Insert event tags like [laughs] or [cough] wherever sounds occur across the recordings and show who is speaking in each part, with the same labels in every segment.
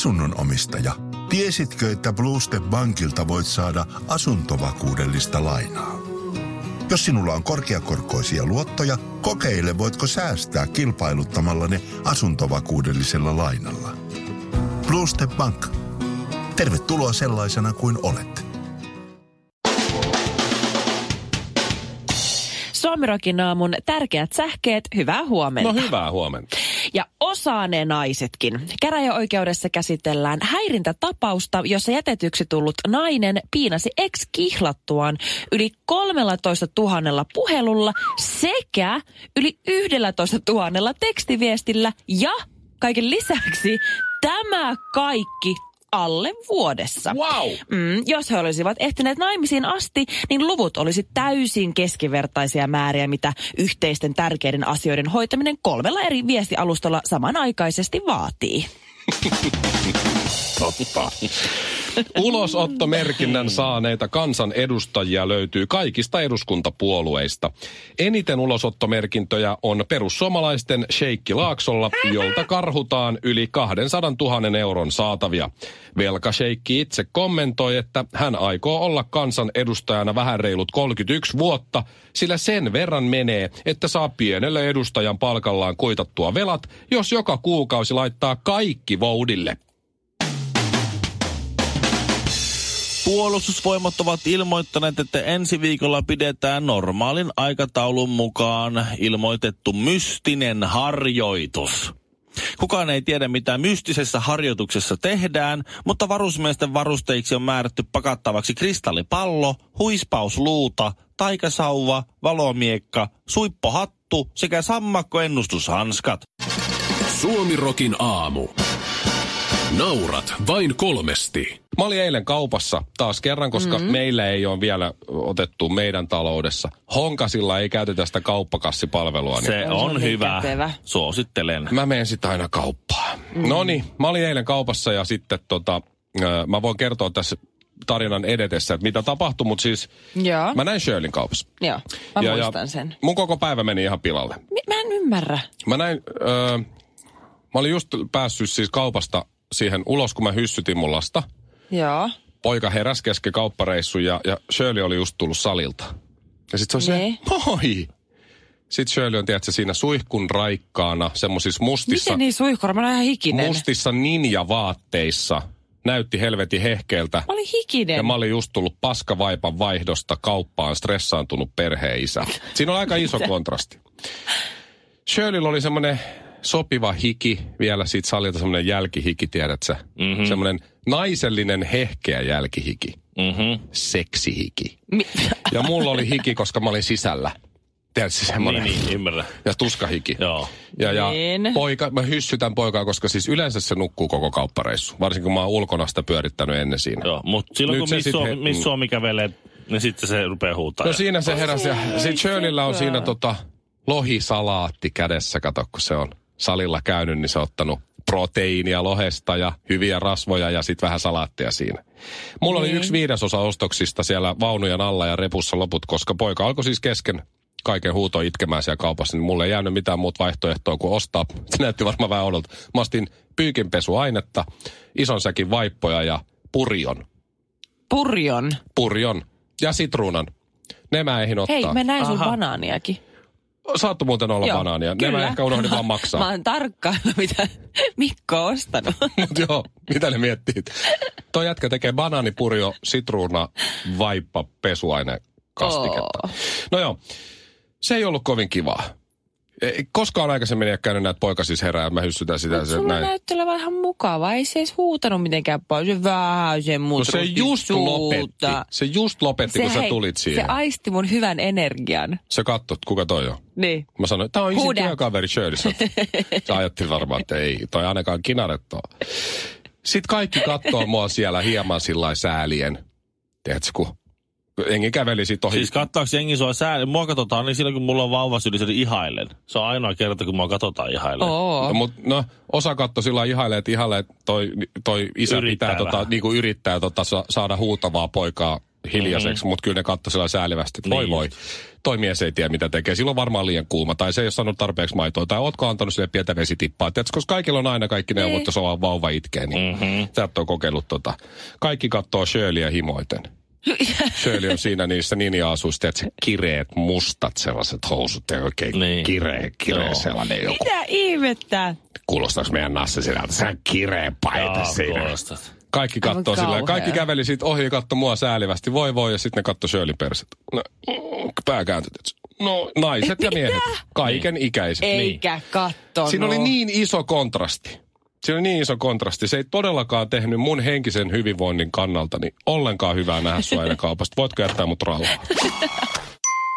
Speaker 1: Asunnonomistaja, tiesitkö, että Bluestep Bankilta voit saada asuntovakuudellista lainaa? Jos sinulla on korkeakorkoisia luottoja, kokeile voitko säästää kilpailuttamalla ne asuntovakuudellisella lainalla. Bluestep Bank. Tervetuloa sellaisena kuin olet.
Speaker 2: Suomirokin aamun tärkeät sähkeet, hyvää huomenta.
Speaker 3: No hyvää huomenta.
Speaker 2: Ja osaa ne naisetkin. Käräjäoikeudessa käsitellään häirintätapausta, jossa jätetyksi tullut nainen piinasi ex-kihlattuaan yli 13 000 puhelulla sekä yli 11 000 tekstiviestillä ja kaiken lisäksi tämä kaikki alle vuodessa.
Speaker 3: Wow!
Speaker 2: Mm, jos he olisivat ehtineet naimisiin asti, niin luvut olisi täysin keskivertaisia määriä, mitä yhteisten tärkeiden asioiden hoitaminen kolmella eri viestialustalla samanaikaisesti vaatii.
Speaker 3: Totta. Ulosottomerkinnän saaneita kansanedustajia löytyy kaikista eduskuntapuolueista. Eniten ulosottomerkintöjä on perussuomalaisten Sheikki Laaksolla, jolta karhutaan yli 200 000 euron saatavia. Velka Sheikki itse kommentoi, että hän aikoo olla kansanedustajana vähän reilut 31 vuotta, sillä sen verran menee, että saa pienellä edustajan palkallaan kuitattua velat, jos joka kuukausi laittaa kaikki voudille.
Speaker 4: Puolustusvoimat ovat ilmoittaneet, että ensi viikolla pidetään normaalin aikataulun mukaan ilmoitettu mystinen harjoitus. Kukaan ei tiedä, mitä mystisessä harjoituksessa tehdään, mutta varusmiesten varusteiksi on määrätty pakattavaksi kristallipallo, huispausluuta, taikasauva, valomiekka, suippohattu sekä sammakkoennustushanskat.
Speaker 5: Suomirokin aamu. Naurat vain kolmesti.
Speaker 3: Mä olin eilen kaupassa taas kerran, koska mm-hmm. meillä ei ole vielä otettu meidän taloudessa. Honkasilla ei käytetä sitä kauppakassipalvelua. Niin
Speaker 4: Se on hyvä.
Speaker 2: kätevä.
Speaker 4: Suosittelen.
Speaker 3: mä menen sitten aina kauppaan. Mm-hmm. No niin, mä olin eilen kaupassa ja sitten tota, ö, mä voin kertoa tässä tarinan edetessä, että mitä tapahtui, mutta siis
Speaker 2: Joo.
Speaker 3: mä näin Shirleyn kaupassa.
Speaker 2: Joo, mä ja, muistan ja... sen.
Speaker 3: Mun koko päivä meni ihan pilalle.
Speaker 2: M- mä en ymmärrä.
Speaker 3: Mä näin, öö, mä olin just päässyt siis kaupasta siihen ulos, kun mä hyssytin mun lasta.
Speaker 2: Joo.
Speaker 3: Poika heräsi kesken kauppareissun ja, ja Shirley oli just tullut salilta. Ja sit se on se,
Speaker 2: Niin.
Speaker 3: moi! Sit Shirley on, tiedätkö, siinä suihkun raikkaana, semmoisissa mustissa,
Speaker 2: Miten niin suihkora? Mä olen ihan hikinen.
Speaker 3: mustissa ninja-vaatteissa. Näytti helvetin hehkeeltä.
Speaker 2: Mä olin hikinen.
Speaker 3: Ja mä olin just tullut paskavaipan vaihdosta kauppaan stressaantunut perheisä. Siinä on aika iso kontrasti. Shirleyllä oli semmoinen sopiva hiki vielä siitä salilta, semmoinen jälkihiki, tiedät sä?
Speaker 4: Mhm.
Speaker 3: Mm-hmm. Semmoinen naisellinen hehkeä jälkihiki.
Speaker 4: Mhm.
Speaker 3: Mm-hmm. Seksihiki.
Speaker 2: Mi-
Speaker 3: Ja mulla oli hiki, koska mä olin sisällä. Tiedätkö semmoinen?
Speaker 4: Niin, niin, ymmärrän.
Speaker 3: Ja tuskahiki.
Speaker 4: Joo.
Speaker 3: Ja, ja
Speaker 2: Niin.
Speaker 3: poika, mä hyssytän poikaa, koska siis yleensä se nukkuu koko kauppareissu. Varsinkin kun mä oon ulkona sitä pyörittänyt ennen siinä.
Speaker 4: Joo, mutta silloin
Speaker 3: Nyt
Speaker 4: Nyt
Speaker 3: se
Speaker 4: kun Miss
Speaker 3: sit
Speaker 4: Suomi,
Speaker 3: he-
Speaker 4: Miss
Speaker 3: mm.
Speaker 4: Suomi kävelee, niin sitten se rupeaa huutaa.
Speaker 3: No siinä se heräsi. Ja sit Shirleyllä on siinä tota lohisalaatti kädessä, kato kun se on salilla käynyt, niin se on ottanut proteiinia lohesta ja hyviä rasvoja ja sitten vähän salaattia siinä. Mulla
Speaker 2: Niin.
Speaker 3: oli yksi viidesosa ostoksista siellä vaunujen alla ja repussa loput, koska poika alkoi siis kesken kaiken huuto itkemään siellä kaupassa, niin mulle ei jäänyt mitään muuta vaihtoehtoa kuin ostaa. [laughs] Se näytti varmaan vähän oudolta. Mä ostin pyykinpesuainetta, ison säkin vaippoja ja purjon.
Speaker 2: Purjon.
Speaker 3: Purjon ja sitruunan. Ne mä ehdin ottaa.
Speaker 2: Hei, mä näin sun
Speaker 4: Aha.
Speaker 2: banaaniakin.
Speaker 3: Saattu muuten olla
Speaker 2: Joo,
Speaker 3: banaania. Ne
Speaker 2: kyllä.
Speaker 3: mä ehkä unohdin vaan
Speaker 2: Mä [laughs]
Speaker 3: maksaa.
Speaker 2: oon tarkkaillut, mitä Mikko on ostanut.
Speaker 3: Mut joo, mitä ne miettii? Tuo jätkä tekee banaanipurjo, sitruuna, vaippa, pesuaine, kastiketta.
Speaker 2: Oo.
Speaker 3: No joo, se ei ollut kovin kivaa. Ei Koskaan aikaisemmin ei ole käynyt näitä poika siis herää, mä hyssytän sitä.
Speaker 2: Mut
Speaker 3: Se,
Speaker 2: sulla
Speaker 3: näin.
Speaker 2: näytti olevan ihan mukava. Ei se edes huutanut mitenkään paljon. Se vähän se
Speaker 3: No
Speaker 2: mut
Speaker 3: se just lopetti. Se just lopetti, kun sä tulit
Speaker 2: se
Speaker 3: siihen.
Speaker 2: aisti mun hyvän energian.
Speaker 3: Se katsoi, että kuka toi on.
Speaker 2: Niin.
Speaker 3: Mä sanoin, tämä on isin
Speaker 2: Who that?
Speaker 3: työkaveri Shirley. Sä- Sä ajattelin varmaan, että ei, toi ainakaan kinarettoa. Sitten kaikki kattoo mua siellä hieman sillä lailla säälien. Tiedätkö, kun engi käveli sit ohi.
Speaker 4: Siis
Speaker 3: Siis...
Speaker 4: katsotaanko jengi sua sääli? Mua katsotaan niin silloin, kun mulla on vauva sylissä, niin ihailen. Se on ainoa kerta, kun mua katsotaan ihailen.
Speaker 2: Oo.
Speaker 3: No, mut, no, osa katto sillä lailla ihailee, että ihailee, että toi, toi isä
Speaker 4: Yrittää
Speaker 3: yrittää pitää, tota,
Speaker 4: vähän.
Speaker 3: niin kuin yrittää tota, sa- saada huutavaa poikaa hiljaiseksi, mm-hmm. mutta kyllä ne katsoi sillä säälivästi. Niin. Voi
Speaker 4: Niin
Speaker 3: voi, toi mies ei tiedä mitä tekee. Silloin varmaan liian kuuma, tai se ei ole saanut tarpeeksi maitoa, tai ootko antanut sille pientä vesitippaa. Tiedätkö, koska kaikilla on aina kaikki neuvot,
Speaker 4: Niin.
Speaker 3: jos vaan vauva itkee, niin mm-hmm. sä et ole kokeillut tota. Kaikki katsoo Shirleyä
Speaker 4: [laughs]
Speaker 3: himoiten. Shirley on siinä niissä ninja-asuissa, että se kireet, mustat sellaiset housut ja oikein niin.
Speaker 4: Niin.
Speaker 3: kireä, kireä
Speaker 4: Joo.
Speaker 3: sellainen joku.
Speaker 2: Mitä ihmettä?
Speaker 3: Kuulostaako meidän Nasse sinältä? Sä kireä paita siinä.
Speaker 4: kuulostat.
Speaker 3: Kaikki
Speaker 2: Aivan
Speaker 3: kattoo sillä,
Speaker 2: kauhea.
Speaker 3: kaikki käveli siitä ohi ja katsoi mua säälivästi. Voi voi, ja sitten ne katsoi Shirley perset. No, mm, pää kääntyi. No, naiset ja miehet. Kaiken niin. ikäiset.
Speaker 2: Eikä kattonut.
Speaker 3: Siinä oli niin iso kontrasti. Siinä oli niin iso kontrasti. Se ei todellakaan tehnyt mun henkisen hyvinvoinnin kannalta niin ollenkaan hyvää nähdä sua eilen kaupasta. Voitko jättää mut
Speaker 2: [laughs]
Speaker 3: rauhaan?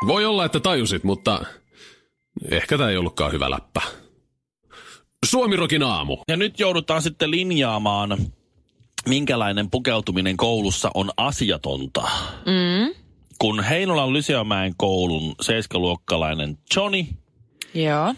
Speaker 5: Voi olla, että tajusit, mutta ehkä tämä ei ollutkaan hyvä läppä. Suomirokin aamu.
Speaker 4: Ja nyt joudutaan sitten linjaamaan, minkälainen pukeutuminen koulussa on asiatonta. Mm. Kun Heinolan Lyseomäen koulun seiskaluokkalainen Johnny
Speaker 2: Joo.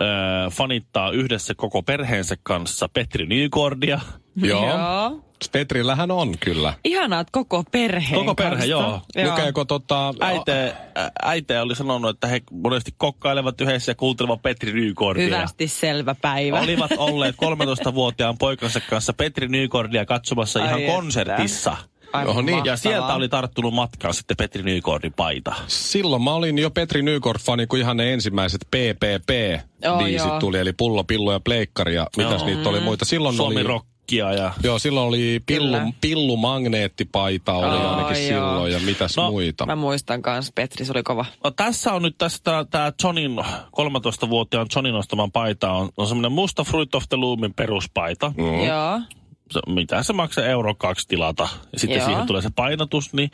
Speaker 4: ö, fanittaa yhdessä koko perheensä kanssa Petri Nykordia.
Speaker 2: Joo.
Speaker 3: Petrillähän on kyllä.
Speaker 2: Ihanaa, että koko perhe.
Speaker 4: Koko perhe, joo.
Speaker 3: Lukeeko tota...
Speaker 4: Äite, ä- äite oli sanonut, että he monesti kokkailevat yhdessä ja kuuntelevat Petri Nykordia.
Speaker 2: Hyvästi selvä päivä.
Speaker 4: Olivat olleet 13-vuotiaan poikansa kanssa Petri Nykordia katsomassa
Speaker 2: Ai
Speaker 4: ihan
Speaker 2: että.
Speaker 4: konsertissa.
Speaker 2: Aivan
Speaker 3: Oho, niin. Ja
Speaker 4: Ja
Speaker 2: mahtavaa.
Speaker 4: sieltä oli tarttunut matkaan sitten Petri Nykordin paita.
Speaker 3: Silloin mä olin jo Petri Nykort-fani, kun ihan ne ensimmäiset
Speaker 2: Joo,
Speaker 3: PPP-biisit
Speaker 2: joo.
Speaker 3: tuli, eli pullo, pillo ja pleikkari ja mitäs niitä oli muita. Silloin
Speaker 4: Suomi
Speaker 3: oli,
Speaker 4: rockia ja...
Speaker 3: Joo, silloin oli pillu,
Speaker 2: Kyllä.
Speaker 3: pillumagneettipaita oli
Speaker 2: Ai
Speaker 3: ainakin
Speaker 2: joo.
Speaker 3: silloin ja mitäs
Speaker 4: No,
Speaker 3: muita.
Speaker 2: Mä muistan kans, Petri, se oli kova.
Speaker 4: No, tässä on nyt tässä tämä, tämä Johnin, 13-vuotiaan Johnin ostaman paita on, on semmoinen musta Fruit of the Loomin peruspaita. Mm.
Speaker 2: Mm. Joo.
Speaker 4: se, mitä se maksaa, euro kaksi tilata. Ja sitten
Speaker 2: Joo.
Speaker 4: Joo. siihen tulee se painotus, niin,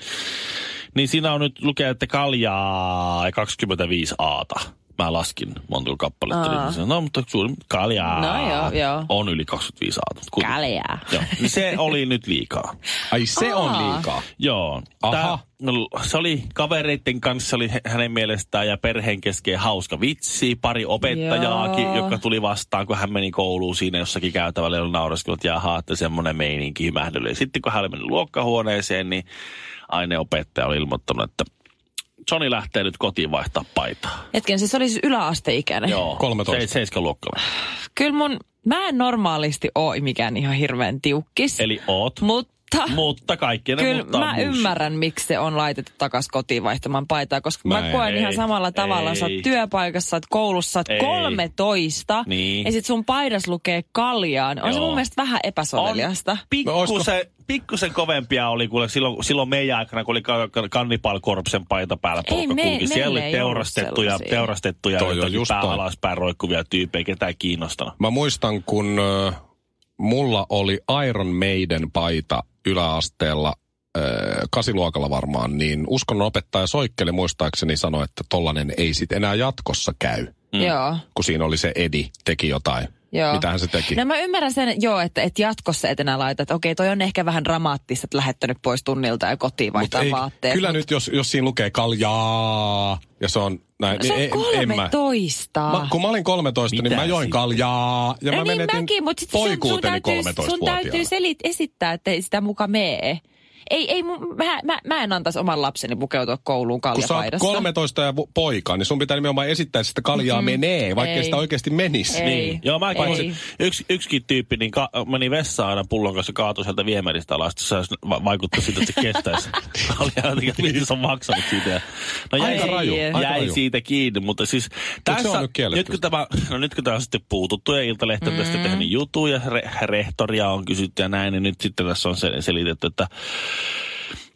Speaker 4: niin siinä on nyt lukee, että kaljaa 25 aata. Mä laskin monta kappaletta.
Speaker 2: Aa.
Speaker 4: Niin sanoin, no, mutta suurin kaljaa
Speaker 2: No joo, joo.
Speaker 4: on yli 25 aata. Mut kuitenkin.
Speaker 2: Kaljaa.
Speaker 4: Joo. Niin se oli nyt liikaa.
Speaker 3: Ai se on liikaa.
Speaker 4: Joo.
Speaker 3: Aha.
Speaker 4: no, se oli kavereiden kanssa, oli hä- hänen mielestään ja perheen kesken hauska vitsi. Pari opettajaakin,
Speaker 2: Joo.
Speaker 4: Joo. joka tuli vastaan, kun hän meni kouluun siinä jossakin käytävällä, jolloin naureskelut ja ahaa, että semmoinen meininki hymähdeli. Sitten kun hän oli mennyt luokkahuoneeseen, niin aineopettaja oli ilmoittanut, että Johnny lähtee nyt kotiin vaihtaa paitaa.
Speaker 2: Hetken, siis se oli siis yläasteikäinen.
Speaker 4: Joo,
Speaker 3: 13.
Speaker 4: Se, seiskaluokkalainen.
Speaker 2: Kyllä mun, mä en normaalisti oo mikään ihan hirveän tiukkis.
Speaker 4: Eli oot.
Speaker 2: Mutta,
Speaker 4: mutta kaikki ne mutta
Speaker 2: kyllä
Speaker 4: on
Speaker 2: mä
Speaker 4: muus.
Speaker 2: ymmärrän, miksi se on laitettu takas kotiin vaihtamaan paitaa, koska mä,
Speaker 3: Mä
Speaker 2: mä
Speaker 3: en-
Speaker 2: koen ihan
Speaker 4: ei,
Speaker 2: samalla tavalla. Sä oot
Speaker 4: ei.
Speaker 2: työpaikassa, sä oot koulussa, sä oot
Speaker 4: Ei.
Speaker 2: 13
Speaker 4: Niin.
Speaker 2: ja sit sun paidas lukee kaljaan. On se
Speaker 4: Joo.
Speaker 2: mun mielestä vähän epäsoveliasta.
Speaker 3: No, oisko-
Speaker 4: Pikkusen, pikkusen kovempia oli kuule silloin, silloin meidän aikana, kun oli ka- ka- Kannibal Corpsen paita päällä
Speaker 2: Ei, me-
Speaker 4: porukka kulki. Siellä
Speaker 2: meillä
Speaker 4: oli
Speaker 2: ei ollut
Speaker 4: teurastettuja,
Speaker 2: sellaisia.
Speaker 4: teurastettuja
Speaker 3: Toi on
Speaker 4: jotakin
Speaker 3: just
Speaker 4: pää
Speaker 3: toi.
Speaker 4: alaspäin roikkuvia tyyppejä, ketä ei kiinnostanut.
Speaker 3: Mä muistan, kun ö, mulla oli Iron Maiden paita yläasteella, ö, kasiluokalla varmaan, niin uskonnonopettaja Soikkeli muistaakseni sanoi, että tollanen ei sit enää jatkossa käy.
Speaker 2: Joo.
Speaker 3: kun siinä oli se Edi, teki jotain.
Speaker 2: Joo.
Speaker 3: Mm. Mitähän se teki?
Speaker 2: No mä ymmärrän sen, joo, että et jatkossa et enää laita, että okei, toi on ehkä vähän dramaattista, että lähettänyt pois tunnilta ja kotiin
Speaker 3: Mut
Speaker 2: vaihtaa
Speaker 3: ei-
Speaker 2: vaatteet.
Speaker 3: Kyllä nyt, jos, jos siinä lukee kaljaa ja se on näin.
Speaker 2: No se
Speaker 3: en-
Speaker 2: on
Speaker 3: en mä-
Speaker 2: 13.
Speaker 3: Mä, kun mä olin 13, niin
Speaker 4: Mitä
Speaker 3: mä join
Speaker 4: sitten?
Speaker 3: kaljaa ja
Speaker 2: No
Speaker 3: mä
Speaker 2: niin
Speaker 3: menetin
Speaker 2: mäkin, mutta sit sun, sun
Speaker 3: poikuuteni
Speaker 2: täytyy, sun
Speaker 3: 13-vuotiaana.
Speaker 2: täytyy selit esittää, että ei sitä muka mee. Ei, ei, mun- mä, mä, mä en antaisi oman lapseni pukeutua kouluun
Speaker 3: kun sä oot
Speaker 2: kaljapaidassa.
Speaker 3: 13 ja vu- poika, niin sun pitää nimenomaan esittää, että sitä kaljaa mm-hmm. menee, vaikka
Speaker 2: Ei.
Speaker 3: ei sitä oikeasti menisi.
Speaker 2: Ei.
Speaker 4: Niin. Joo, mä
Speaker 2: Ei.
Speaker 4: paitsi, yksi, yksikin tyyppi niin ka- meni vessaan aina pullon kanssa kaatui sieltä viemäristä alas, että se olisi va- vaikuttaa siltä, että se
Speaker 2: [laughs]
Speaker 4: kestäisi. oli jotenkin, että miten se on maksanut siitä. Ja- No jäi,
Speaker 3: Aika raju,
Speaker 2: Ei.
Speaker 3: aika
Speaker 4: jäi
Speaker 3: raju.
Speaker 4: siitä kiinni, mutta siis
Speaker 3: se on
Speaker 4: tässä,
Speaker 3: nyt kielletty?
Speaker 4: nyt kun tämä, no nyt kun tämä on sitten puututtu ja Iltalehti on mm. tästä tehnyt jutun ja re, rehtoria on kysytty ja näin, niin nyt sitten tässä on se, selitetty, että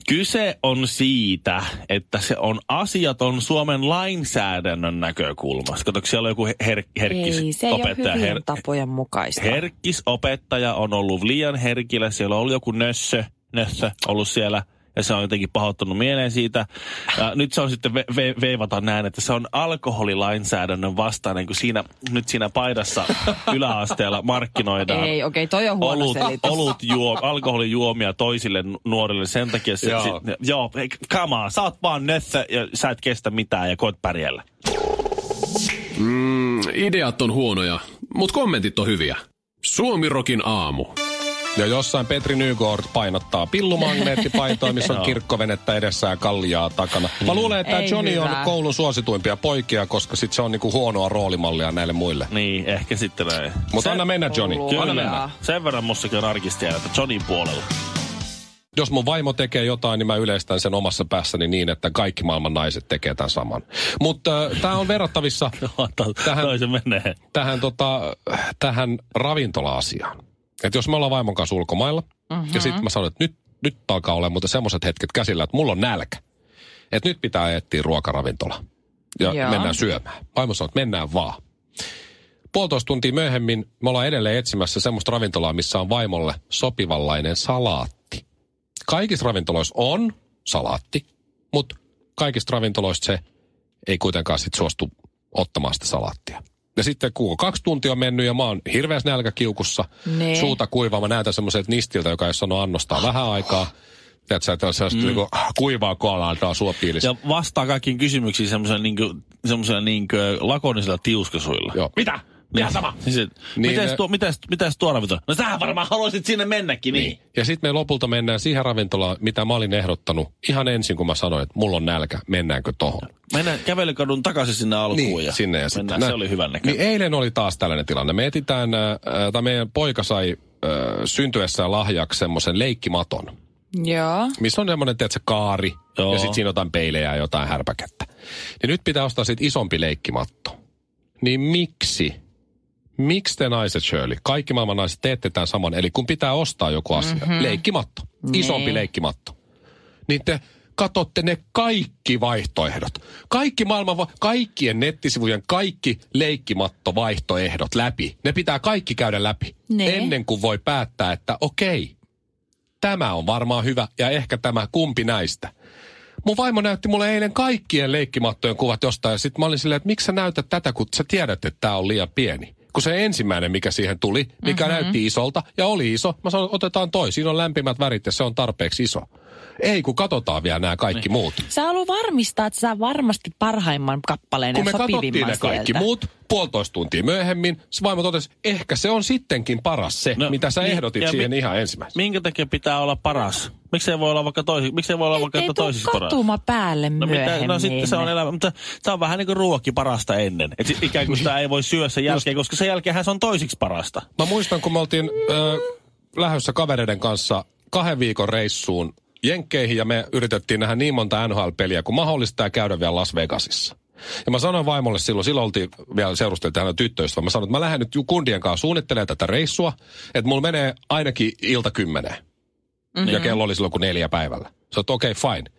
Speaker 4: Kyse on siitä, että se on asiaton Suomen lainsäädännön näkökulmasta. Kato, kun siellä on joku her- herkkis
Speaker 2: ei, se ei ole
Speaker 4: opettaja.
Speaker 2: hyvien
Speaker 4: Her-
Speaker 2: tapojen mukaista.
Speaker 4: herkkis opettaja on ollut liian herkillä. Siellä on ollut joku nössö, nössö ollut siellä ja se on jotenkin pahoittanut mieleen siitä. Ja nyt se on sitten ve- ve- veivata näin, että se on alkoholilainsäädännön vastainen, kun siinä, nyt siinä paidassa yläasteella markkinoidaan
Speaker 2: ei, okei, toi on huono
Speaker 4: olut,
Speaker 2: selitys.
Speaker 4: olut juo, alkoholijuomia toisille nu- nuorille sen takia. Se,
Speaker 3: Joo.
Speaker 4: joo. Se, joo, hei, come on, sä oot vaan nössö ja sä et kestä mitään ja koet pärjällä.
Speaker 5: Mm, Ideat on huonoja, mutta kommentit on hyviä. Suomirokin aamu.
Speaker 3: Ja jossain Petri Nygård painottaa pillumagneettipaitoa, missä on kirkkovenettä edessä ja kalliaa takana. Mä luulen, että
Speaker 2: Ei
Speaker 3: Johnny on
Speaker 2: hyvä.
Speaker 3: koulun suosituimpia poikia, koska sit se on niinku huonoa roolimallia näille muille.
Speaker 4: Niin, ehkä sitten näin.
Speaker 3: Mutta
Speaker 4: Se-
Speaker 3: anna mennä, Johnny.
Speaker 2: Hullu.
Speaker 3: Anna
Speaker 2: Kyllä.
Speaker 3: mennä.
Speaker 4: Sen verran mussakin on arkistiä, että Johnny puolella. [laughs]
Speaker 3: Jos mun vaimo tekee jotain, niin mä yleistän sen omassa päässäni niin, että kaikki maailman naiset tekee tämän saman. Mutta äh, tämä on verrattavissa
Speaker 4: Tähän...
Speaker 3: Tähän-
Speaker 4: Noin se menee.
Speaker 3: tähän, tota, tähän ravintola-asiaan. Et jos me ollaan vaimon kanssa ulkomailla, mm-hmm. ja sitten mä sanon, että nyt, nyt alkaa olla mutta semmoiset hetket käsillä, että mulla on nälkä. Että nyt pitää etsiä ruokaravintola. Ja
Speaker 2: Joo.
Speaker 3: Joo. mennään syömään. Vaimo sanoo, että mennään vaan. Puolitoista tuntia myöhemmin me ollaan edelleen etsimässä semmoista ravintolaa, missä on vaimolle sopivanlainen salaatti. Kaikissa ravintoloissa on salaatti, mutta kaikista ravintoloista se ei kuitenkaan sit suostu ottamaan sitä salaattia. Ja sitten kun on kaksi tuntia on mennyt ja mä oon hirveässä nälkäkiukussa,
Speaker 2: Nee.
Speaker 3: nee. suuta kuivaa, mä näytän semmoiselta nistiltä, joka ei sano annostaa vähän aikaa. Tiedätkö, että on sellaista mm. niin kuivaa koalaa antaa suopiilissä.
Speaker 4: Ja vastaa kaikkiin kysymyksiin semmoisella niinku, semmoisella niinku lakonisella tiuskasuilla.
Speaker 3: Joo. Mitä?
Speaker 4: Niin, sama. Siis, et, niin,
Speaker 3: Niin,
Speaker 4: mitäs,
Speaker 3: ne-
Speaker 4: tuo, mitäs, mitäs tuo ravintola? No sähän varmaan haluaisit sinne mennäkin, niin. niin.
Speaker 3: Ja sitten me lopulta mennään siihen ravintolaan, mitä mä olin ehdottanut ihan ensin, kun mä sanoin, että mulla on nälkä, mennäänkö tohon.
Speaker 4: Mennään kävelykadun takaisin sinne alkuun ja
Speaker 3: Niin, sinne ja sitten
Speaker 4: mennään.
Speaker 3: näin.
Speaker 4: Se oli hyvän näköinen.
Speaker 3: Niin eilen oli taas tällainen tilanne. Me etitään, äh, tai meidän poika sai äh, syntyessään lahjaksi semmoisen leikkimaton.
Speaker 2: Joo.
Speaker 3: missä on semmoinen, tiedätkö, kaari,
Speaker 4: Joo.
Speaker 3: Joo. ja sitten siinä on jotain peilejä ja jotain härpäkettä. Niin nyt pitää ostaa sit isompi leikkimatto. Niin miksi? Miksi te naiset, Shirley, kaikki maailman naiset teette tämän saman? Eli kun pitää ostaa joku asia, mm-hmm. leikkimatto, isompi
Speaker 2: Niin.
Speaker 3: leikkimatto, niin te katsotte ne kaikki vaihtoehdot. Kaikki maailman, va- kaikkien nettisivujen kaikki leikkimattovaihtoehdot läpi. Ne pitää kaikki käydä läpi.
Speaker 2: Niin.
Speaker 3: Ennen kuin voi päättää, että okei, tämä on varmaan hyvä ja ehkä tämä kumpi näistä. Mun vaimo näytti mulle eilen kaikkien leikkimattojen kuvat jostain ja sitten mä olin silleen, että miksi sä näytät tätä, kun sä tiedät, että tämä on liian pieni. Kun se ensimmäinen, mikä siihen tuli, mikä mm-hmm. näytti isolta ja oli iso, mä sanoin, otetaan toi, siinä on lämpimät värit ja se on tarpeeksi iso. Ei, kun katsotaan vielä nämä
Speaker 4: Niin.
Speaker 3: kaikki muut.
Speaker 2: Sä haluat varmistaa, että saa varmasti parhaimman kappaleen
Speaker 3: Kun me
Speaker 2: ja
Speaker 3: katsottiin
Speaker 2: sopivimman
Speaker 3: ne kaikki
Speaker 2: sieltä.
Speaker 3: muut, puolitoista tuntia myöhemmin, se vaimo totesi, ehkä se on sittenkin paras se,
Speaker 4: No,
Speaker 3: no, mitä sä
Speaker 4: niin,
Speaker 3: ehdotit
Speaker 4: ja
Speaker 3: siihen
Speaker 4: mi-
Speaker 3: ihan ensimmäisenä.
Speaker 4: Minkä takia pitää olla paras? Miksei voi olla vaikka toisi, miksei voi olla vaikka
Speaker 2: Ei
Speaker 4: että
Speaker 2: tuu
Speaker 4: toisista paras?
Speaker 2: katuma päälle
Speaker 4: No, mitä,
Speaker 2: myöhemmin.
Speaker 4: no sitten se on elämä, mutta tämä on vähän niin kuin ruoki parasta ennen. Et sit
Speaker 3: [laughs]
Speaker 4: ikään kuin sitä ei voi syödä sen jälkeen, koska sen jälkeenhän se on toisiksi parasta.
Speaker 3: Mä muistan, kun me oltiin ö, lähdössä kavereiden kanssa kahden viikon reissuun Jenkkeihin ja me yritettiin nähdä niin monta NHL-peliä kuin mahdollista ja käydä vielä Las Vegasissa. Ja mä sanoin vaimolle silloin, silloin oltiin vielä seurusteltiin hänen tyttöystävä. Mä sanoin, että mä lähden nyt ju- kundien kanssa suunnittelemaan tätä reissua, että mulla menee ainakin ilta kymmeneen. Mm-hmm. Ja kello oli silloin kuin neljä päivällä. Sä oot, okei, okay, fine.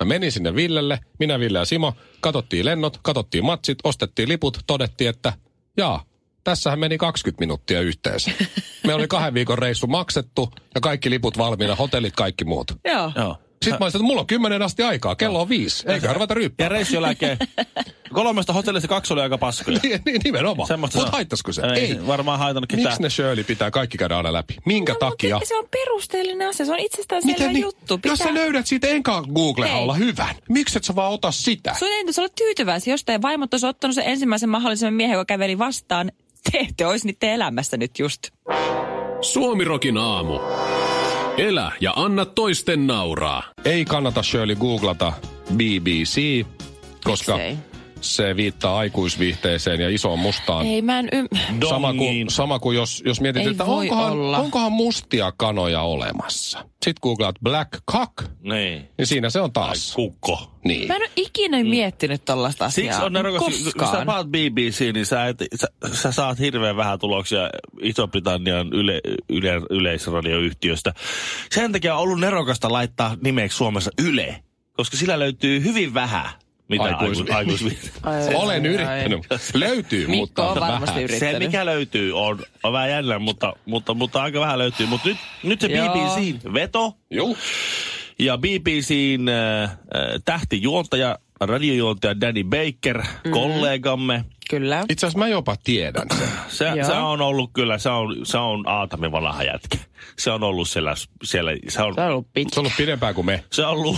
Speaker 3: Mä menin sinne Villelle, minä, Ville ja Simo, katottiin lennot, katottiin matsit, ostettiin liput, todettiin, että jaa, tässähän meni 20 minuuttia yhteensä. Me oli kahden viikon reissu maksettu ja kaikki liput valmiina, hotellit, kaikki muut.
Speaker 2: Joo.
Speaker 4: Joo.
Speaker 3: Sitten mä olisin, että mulla on kymmenen asti aikaa, kello on viisi,
Speaker 4: No.
Speaker 3: eikä arvata
Speaker 4: Ja
Speaker 3: ryyppää.
Speaker 4: reissun jälkeen kolmesta hotellista kaksi oli aika paskoja.
Speaker 3: Niin, niin, nimenomaan.
Speaker 4: Semmosta se
Speaker 3: Mutta
Speaker 4: on.
Speaker 3: haittaisiko se?
Speaker 4: Ei,
Speaker 3: Ei.
Speaker 4: se varmaan haitannut ketään.
Speaker 3: Miksi ne Shirley pitää kaikki käydä aina läpi? Minkä
Speaker 2: No,
Speaker 3: takia?
Speaker 2: Mutta se on perusteellinen asia, se on itsestään selvä
Speaker 3: niin?
Speaker 2: juttu.
Speaker 3: Jos sä löydät siitä enkä Google
Speaker 2: Ei.
Speaker 3: olla hyvän, miksi et sä vaan ota sitä?
Speaker 2: Sun ei nyt olla tyytyväisiä, jos teidän vaimot olisi ottanut sen ensimmäisen mahdollisen miehen, joka käveli vastaan. Te ette olisi niiden elämässä nyt just.
Speaker 5: Suomirokin aamu. Elä ja anna toisten nauraa.
Speaker 3: Ei kannata Shirley googlata BBC, koska
Speaker 2: Miksei?
Speaker 3: se viittaa aikuisviihteeseen ja isoon mustaan.
Speaker 2: Ei, mä en ym...
Speaker 3: Sama kuin,
Speaker 4: Dongiin.
Speaker 3: sama kuin jos, jos mietit,
Speaker 2: Ei
Speaker 3: että
Speaker 2: voi
Speaker 3: onkohan,
Speaker 2: olla.
Speaker 3: onkohan mustia kanoja olemassa. Sitten googlaat black cock,
Speaker 4: Niin.
Speaker 3: niin siinä se on taas.
Speaker 4: Kukko.
Speaker 3: Niin.
Speaker 2: Mä en ole ikinä miettinyt tollaista asiaa.
Speaker 4: Siksi on ne rakas, kun sä
Speaker 2: Koskaan.
Speaker 4: paat BBC, niin sä, et, sä, sä saat hirveän vähän tuloksia Iso-Britannian yle, yle, yleisradioyhtiöstä. Sen takia on ollut nerokasta laittaa nimeksi Suomessa Yle, koska sillä löytyy hyvin vähän, mitä
Speaker 3: Aikuis-
Speaker 4: aikuis, aikuis,
Speaker 2: Ai,
Speaker 3: Olen
Speaker 2: ai.
Speaker 3: yrittänyt. Löytyy,
Speaker 2: Mikko
Speaker 3: mutta
Speaker 2: on varmasti
Speaker 3: vähän.
Speaker 2: yrittänyt.
Speaker 4: Se, mikä löytyy, on, on vähän jännä, mutta, mutta, mutta aika vähän löytyy. Mutta nyt, nyt se
Speaker 2: Joo.
Speaker 4: BBCn veto
Speaker 3: Juu.
Speaker 4: ja BBCn äh, äh, tähtijuontaja, radiojuontaja Danny Baker,
Speaker 2: Mm-hmm.
Speaker 4: kollegamme,
Speaker 2: Kyllä.
Speaker 3: Itse asiassa mä jopa tiedän sen.
Speaker 4: Se,
Speaker 2: Joo.
Speaker 4: se on ollut kyllä, se on, se on Aatami vanha jätkä. Se on ollut siellä, siellä se on,
Speaker 2: Se on ollut pitkä.
Speaker 3: Se on ollut pidempään kuin me.
Speaker 4: se on ollut,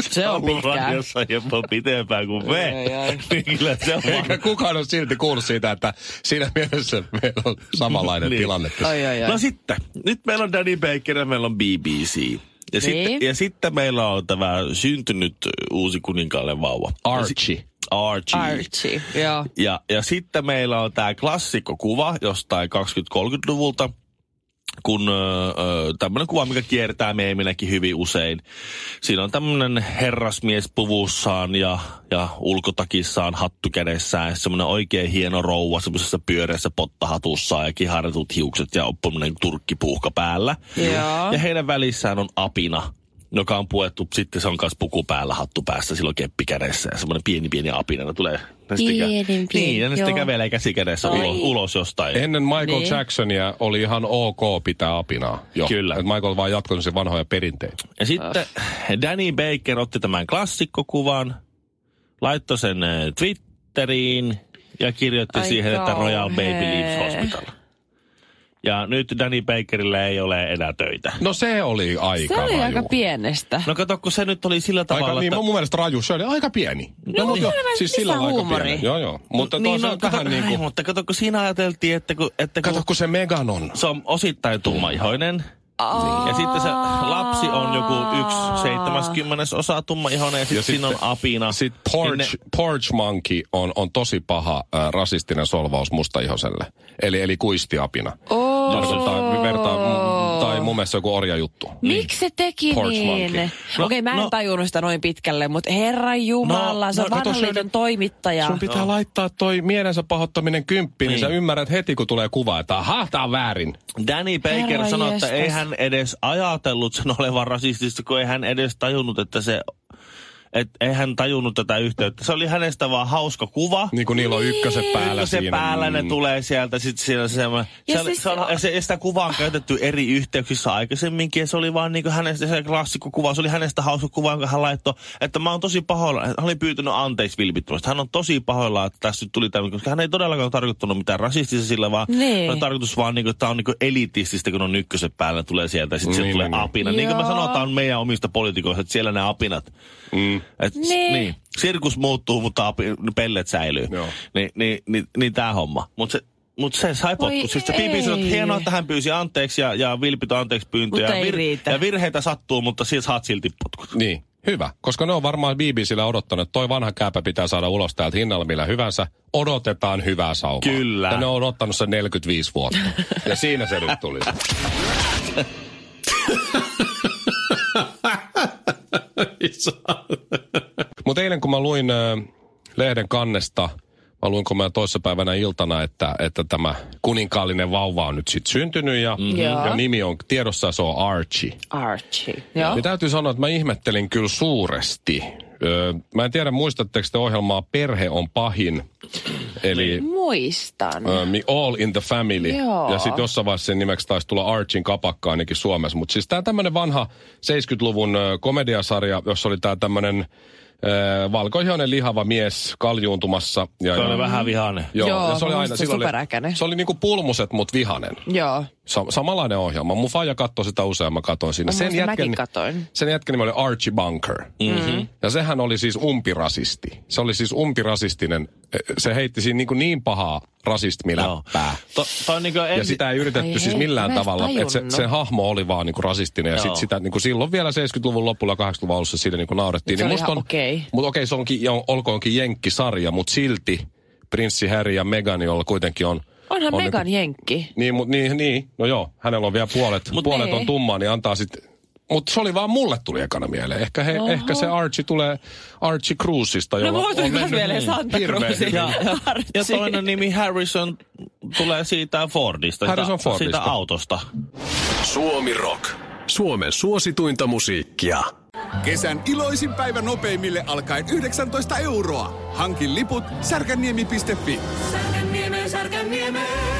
Speaker 2: Se on
Speaker 4: ollut
Speaker 2: pitkään.
Speaker 4: radiossa jopa pitempään kuin me.
Speaker 2: Ai, ai.
Speaker 4: Niin kyllä se on.
Speaker 3: Eikä kukaan ole silti kuullut siitä, että siinä mielessä meillä on [laughs] samanlainen
Speaker 4: Niin.
Speaker 3: tilanne. tässä.
Speaker 2: Ai, ai, ai.
Speaker 4: No sitten, nyt meillä on Danny Baker ja meillä on BBC. Ja, sitten, ja sitten meillä on tämä syntynyt uusi kuninkaalle vauva.
Speaker 3: Archie.
Speaker 4: Archie.
Speaker 2: Archie, joo.
Speaker 4: Ja, ja sitten meillä on tämä klassikkokuva jostain 20-30-luvulta, kun öö, tämmöinen kuva, mikä kiertää meeminäkin hyvin usein. Siinä on tämmöinen herrasmies puvussaan ja, ja ulkotakissaan, hattu kädessään, semmoinen oikein hieno rouva semmoisessa pyöreässä pottahatussaan ja kiharjatut hiukset ja oppuminen turkkipuuhka päällä.
Speaker 2: Joo.
Speaker 4: Ja heidän välissään on apina, joka on puettu, sitten se on kanssa puku päällä, hattu päässä, silloin keppi kädessä ja semmoinen pieni pieni apina, ne tulee ne sitten kä-
Speaker 2: Pienen pieni,
Speaker 4: Niin, ja ne sitten
Speaker 2: joo.
Speaker 4: kävelee käsikädessä
Speaker 2: Ai.
Speaker 4: ulos, ulos jostain.
Speaker 3: Ennen Michael
Speaker 2: Niin.
Speaker 3: Jacksonia oli ihan ok pitää apinaa. Jo.
Speaker 4: Kyllä.
Speaker 3: Et Michael vaan jatkoi sen vanhoja perinteitä.
Speaker 4: Ja sitten Danny Baker otti tämän klassikkokuvan, laittoi sen eh, Twitteriin ja kirjoitti
Speaker 2: Ai
Speaker 4: siihen, että Royal Baby
Speaker 2: kauhea.
Speaker 4: Leaves Hospital. Ja nyt Danny Bakerille ei ole enää töitä.
Speaker 3: No se oli aika
Speaker 2: Se oli
Speaker 3: raju.
Speaker 2: aika pienestä.
Speaker 4: No kato, kun se nyt oli sillä
Speaker 3: Aika,
Speaker 4: tavalla,
Speaker 3: niin,
Speaker 4: että...
Speaker 3: mun mun mielestä raju, se oli aika pieni.
Speaker 2: No,
Speaker 3: mut
Speaker 2: niin.
Speaker 3: siis
Speaker 2: Missä
Speaker 3: sillä lailla aika
Speaker 2: huumori?
Speaker 3: pieni. Joo, joo. Mutta
Speaker 4: niin,
Speaker 3: niin, no,
Speaker 4: kato,
Speaker 3: vähän niin
Speaker 4: ai,
Speaker 3: kuin,
Speaker 4: mutta kato, kun siinä ajateltiin, että kun, että kun
Speaker 3: kato kun se Megan on.
Speaker 4: se on osittain tummaihoinen. Ja sitten se lapsi on joku yksi seitsemäskymmenes osa tummaihoinen ja sitten siinä on apina.
Speaker 3: Sitten
Speaker 4: Niin
Speaker 3: Porch,
Speaker 4: ne-
Speaker 3: Porch Monkey on, on tosi paha äh, rasistinen solvaus mustaihoselle. Eli, eli kuistiapina.
Speaker 2: Oh.
Speaker 3: Tarkoittaa, vertaa, m- tai mun mielestä joku Niin. orjajuttu.
Speaker 2: Miksi se teki
Speaker 3: Porch
Speaker 2: niin?
Speaker 3: monkey.
Speaker 2: No,
Speaker 4: No,
Speaker 2: Okei, mä en
Speaker 4: no-
Speaker 2: tajunnut sitä noin pitkälle, mutta herra jumala,
Speaker 4: No,
Speaker 2: se on
Speaker 4: no,
Speaker 2: no,
Speaker 4: kato,
Speaker 2: vanhan
Speaker 3: se on
Speaker 2: liiton
Speaker 3: nyt-
Speaker 2: toimittaja.
Speaker 3: Sun pitää laittaa toi mielensä pahoittaminen kymppiin, niin,
Speaker 4: Niin.
Speaker 3: niin sä ymmärrät heti, kun tulee kuva, että aha, tää on väärin.
Speaker 4: Danny Baker
Speaker 2: Herra
Speaker 4: sanoi, että
Speaker 2: jestas.
Speaker 4: ei hän edes ajatellut sen olevan rasistista, kun ei hän edes tajunnut, että se... Et, ei hän tajunnut tätä yhteyttä. Se oli hänestä vaan hauska kuva.
Speaker 3: Niin kuin niillä on ykköset päällä
Speaker 4: se
Speaker 3: siinä.
Speaker 4: päällä ne
Speaker 3: Mm.
Speaker 4: tulee sieltä, sit siellä semmoinen.
Speaker 2: Ja
Speaker 4: Se, oli-
Speaker 2: siis-
Speaker 4: se, on- ja se, ja sitä kuvaa on käytetty eri yhteyksissä aikaisemminkin, ja se oli vaan niinku hänestä se klassikko kuva, se oli hänestä hauska kuva, jonka hän laittoi, että mä oon tosi pahoilla, hän oli pyytänyt anteeksi vilpittömästi. Hän on tosi pahoilla, että tässä nyt tuli tämä, koska hän ei todellakaan tarkoittanut mitään rasistista sillä, vaan
Speaker 2: Niin.
Speaker 4: on tarkoitus vaan, niinku, että tämä on niinku elitististä, kun on ykköset päällä, tulee sieltä, ja sitten
Speaker 3: Niin,
Speaker 4: sieltä tulee
Speaker 3: niin, niin.
Speaker 4: apina. Niin kuin me
Speaker 2: Joo.
Speaker 4: sanotaan meidän omista poliitikoista, että siellä ne apinat.
Speaker 3: Mm.
Speaker 4: Et,
Speaker 2: Niin.
Speaker 4: niin. niin. Sirkus muuttuu, mutta api- pellet säilyy.
Speaker 3: Joo.
Speaker 4: Niin, niin, niin, niin tämä homma. Mutta se, mut se sai
Speaker 2: Voi
Speaker 4: potkut. Siis se
Speaker 2: ei.
Speaker 4: piipi sanoi, että hienoa, että hän pyysi anteeksi ja, ja vilpitön anteeksi pyyntö.
Speaker 2: Mutta
Speaker 4: ja,
Speaker 2: ei riitä.
Speaker 4: ja virheitä sattuu, mutta siis saat silti potkut.
Speaker 3: Niin, hyvä. Koska ne on varmaan BBCllä odottanut, että toi vanha kääpä pitää saada ulos täältä hinnalla millä hyvänsä. Odotetaan hyvää saumaa.
Speaker 4: Kyllä.
Speaker 3: Ja ne on odottanut sen 45 vuotta. ja siinä se nyt [laughs] tuli. Mutta eilen kun mä luin ö, lehden kannesta, mä luin kun mä toissapäivänä iltana, että, että tämä kuninkaallinen vauva on nyt sitten syntynyt ja, mm-hmm.
Speaker 2: Joo.
Speaker 3: ja nimi on tiedossa ja se on Archie.
Speaker 2: Archie. Joo.
Speaker 3: Ja täytyy sanoa, että mä ihmettelin kyllä suuresti. Öö, mä en tiedä, muistatteko te ohjelmaa Perhe on pahin, eli
Speaker 2: Muistan.
Speaker 3: öö, Me All in the Family.
Speaker 2: Niin. Joo.
Speaker 3: Ja sitten jossain vaiheessa sen nimeksi taisi tulla Archin kapakka ainakin Suomessa. Mutta siis tämä tämmöinen vanha 70-luvun öö, komediasarja, jossa oli tämä tämmöinen öö, valkoihoinen lihava mies kaljuuntumassa. Ja,
Speaker 4: Se oli
Speaker 3: ja,
Speaker 4: vähän vihane.
Speaker 3: joo,
Speaker 2: Joo,
Speaker 3: ja se oli
Speaker 2: mä
Speaker 3: aina,
Speaker 2: muistan,
Speaker 3: silloin
Speaker 2: superäkäinen.
Speaker 3: oli, se oli niinku pulmuset, mutta vihanen.
Speaker 2: Joo.
Speaker 3: Sa- samanlainen ohjelma. Mun faija katsoi sitä usein, mä katsoin siinä.
Speaker 2: Mä muistan, mäkin katoin.
Speaker 3: Sen jätkän nimi oli Archie Bunker. Mm-hmm. Ja sehän oli siis umpirasisti. Se oli siis umpirasistinen. eh, Se heitti siinä niin, kuin niin pahaa
Speaker 4: Joo.
Speaker 3: rasismiläppää.
Speaker 4: To, toi on niinku
Speaker 3: Ja
Speaker 4: ensi,
Speaker 3: sitä ei yritetty
Speaker 2: Ai
Speaker 3: siis
Speaker 2: hei,
Speaker 3: millään
Speaker 2: mä en
Speaker 3: tavalla. Että se,
Speaker 2: tajunnut.
Speaker 3: se hahmo oli vaan niinku rasistinen. Ja
Speaker 4: Joo.
Speaker 3: sit sitä niinku silloin vielä 70-luvun lopulla 80-luvun alussa siitä niinku naurettiin.
Speaker 2: Se oli
Speaker 3: musta
Speaker 2: ihan
Speaker 3: on-
Speaker 2: okei.
Speaker 3: Mut okei, se onkin, ja on, olkoonkin jenkkisarja, mutta silti prinssi Harry ja Meghan, jolla kuitenkin on... niinku
Speaker 2: Onhan
Speaker 3: on
Speaker 2: Megan Jenkki.
Speaker 3: niin, mut, niin, niin, no joo, hänellä on vielä puolet, Mut puolet
Speaker 2: niin.
Speaker 3: on tummaa, niin antaa sitten. Mutta se oli vaan mulle tuli ekana mieleen. Ehkä, he, ehkä se Archie tulee Archie Cruisista,
Speaker 2: No
Speaker 3: jolla
Speaker 2: mulla tuli
Speaker 3: on
Speaker 2: myös
Speaker 3: mennyt niin.
Speaker 2: mieleen Santa
Speaker 3: hirveän
Speaker 2: Cruzin. [laughs]
Speaker 3: hyvin.
Speaker 4: ja, ja toinen nimi Harrison tulee siitä Fordista.
Speaker 3: Harrison
Speaker 4: siitä,
Speaker 3: Fordista.
Speaker 4: Siitä autosta.
Speaker 5: Suomi Rock. Suomen suosituinta musiikkia.
Speaker 6: Kesän iloisin päivä nopeimille alkaen 19 euroa. Hankin liput särkänniemi.fi.
Speaker 7: Sarkaniemi, Sarkaniemi.